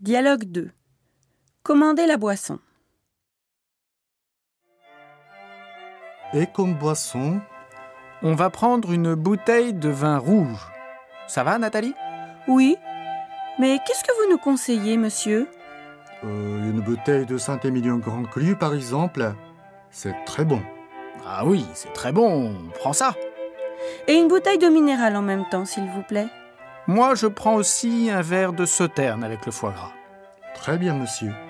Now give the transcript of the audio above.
Dialogue 2. Commander la boisson. Et comme boisson, On va prendre une bouteille de vin rouge. Ça va, Nathalie Oui. Mais qu'est-ce que vous nous conseillez, monsieur euh, une bouteille de Saint-Émilion Grand Cru, par exemple, c'est très bon. Ah oui, c'est très bon, on prend ça. Et une bouteille de minéral en même temps, s'il vous plaît. Moi, je prends aussi un verre de sauterne avec le foie gras. Très bien, monsieur.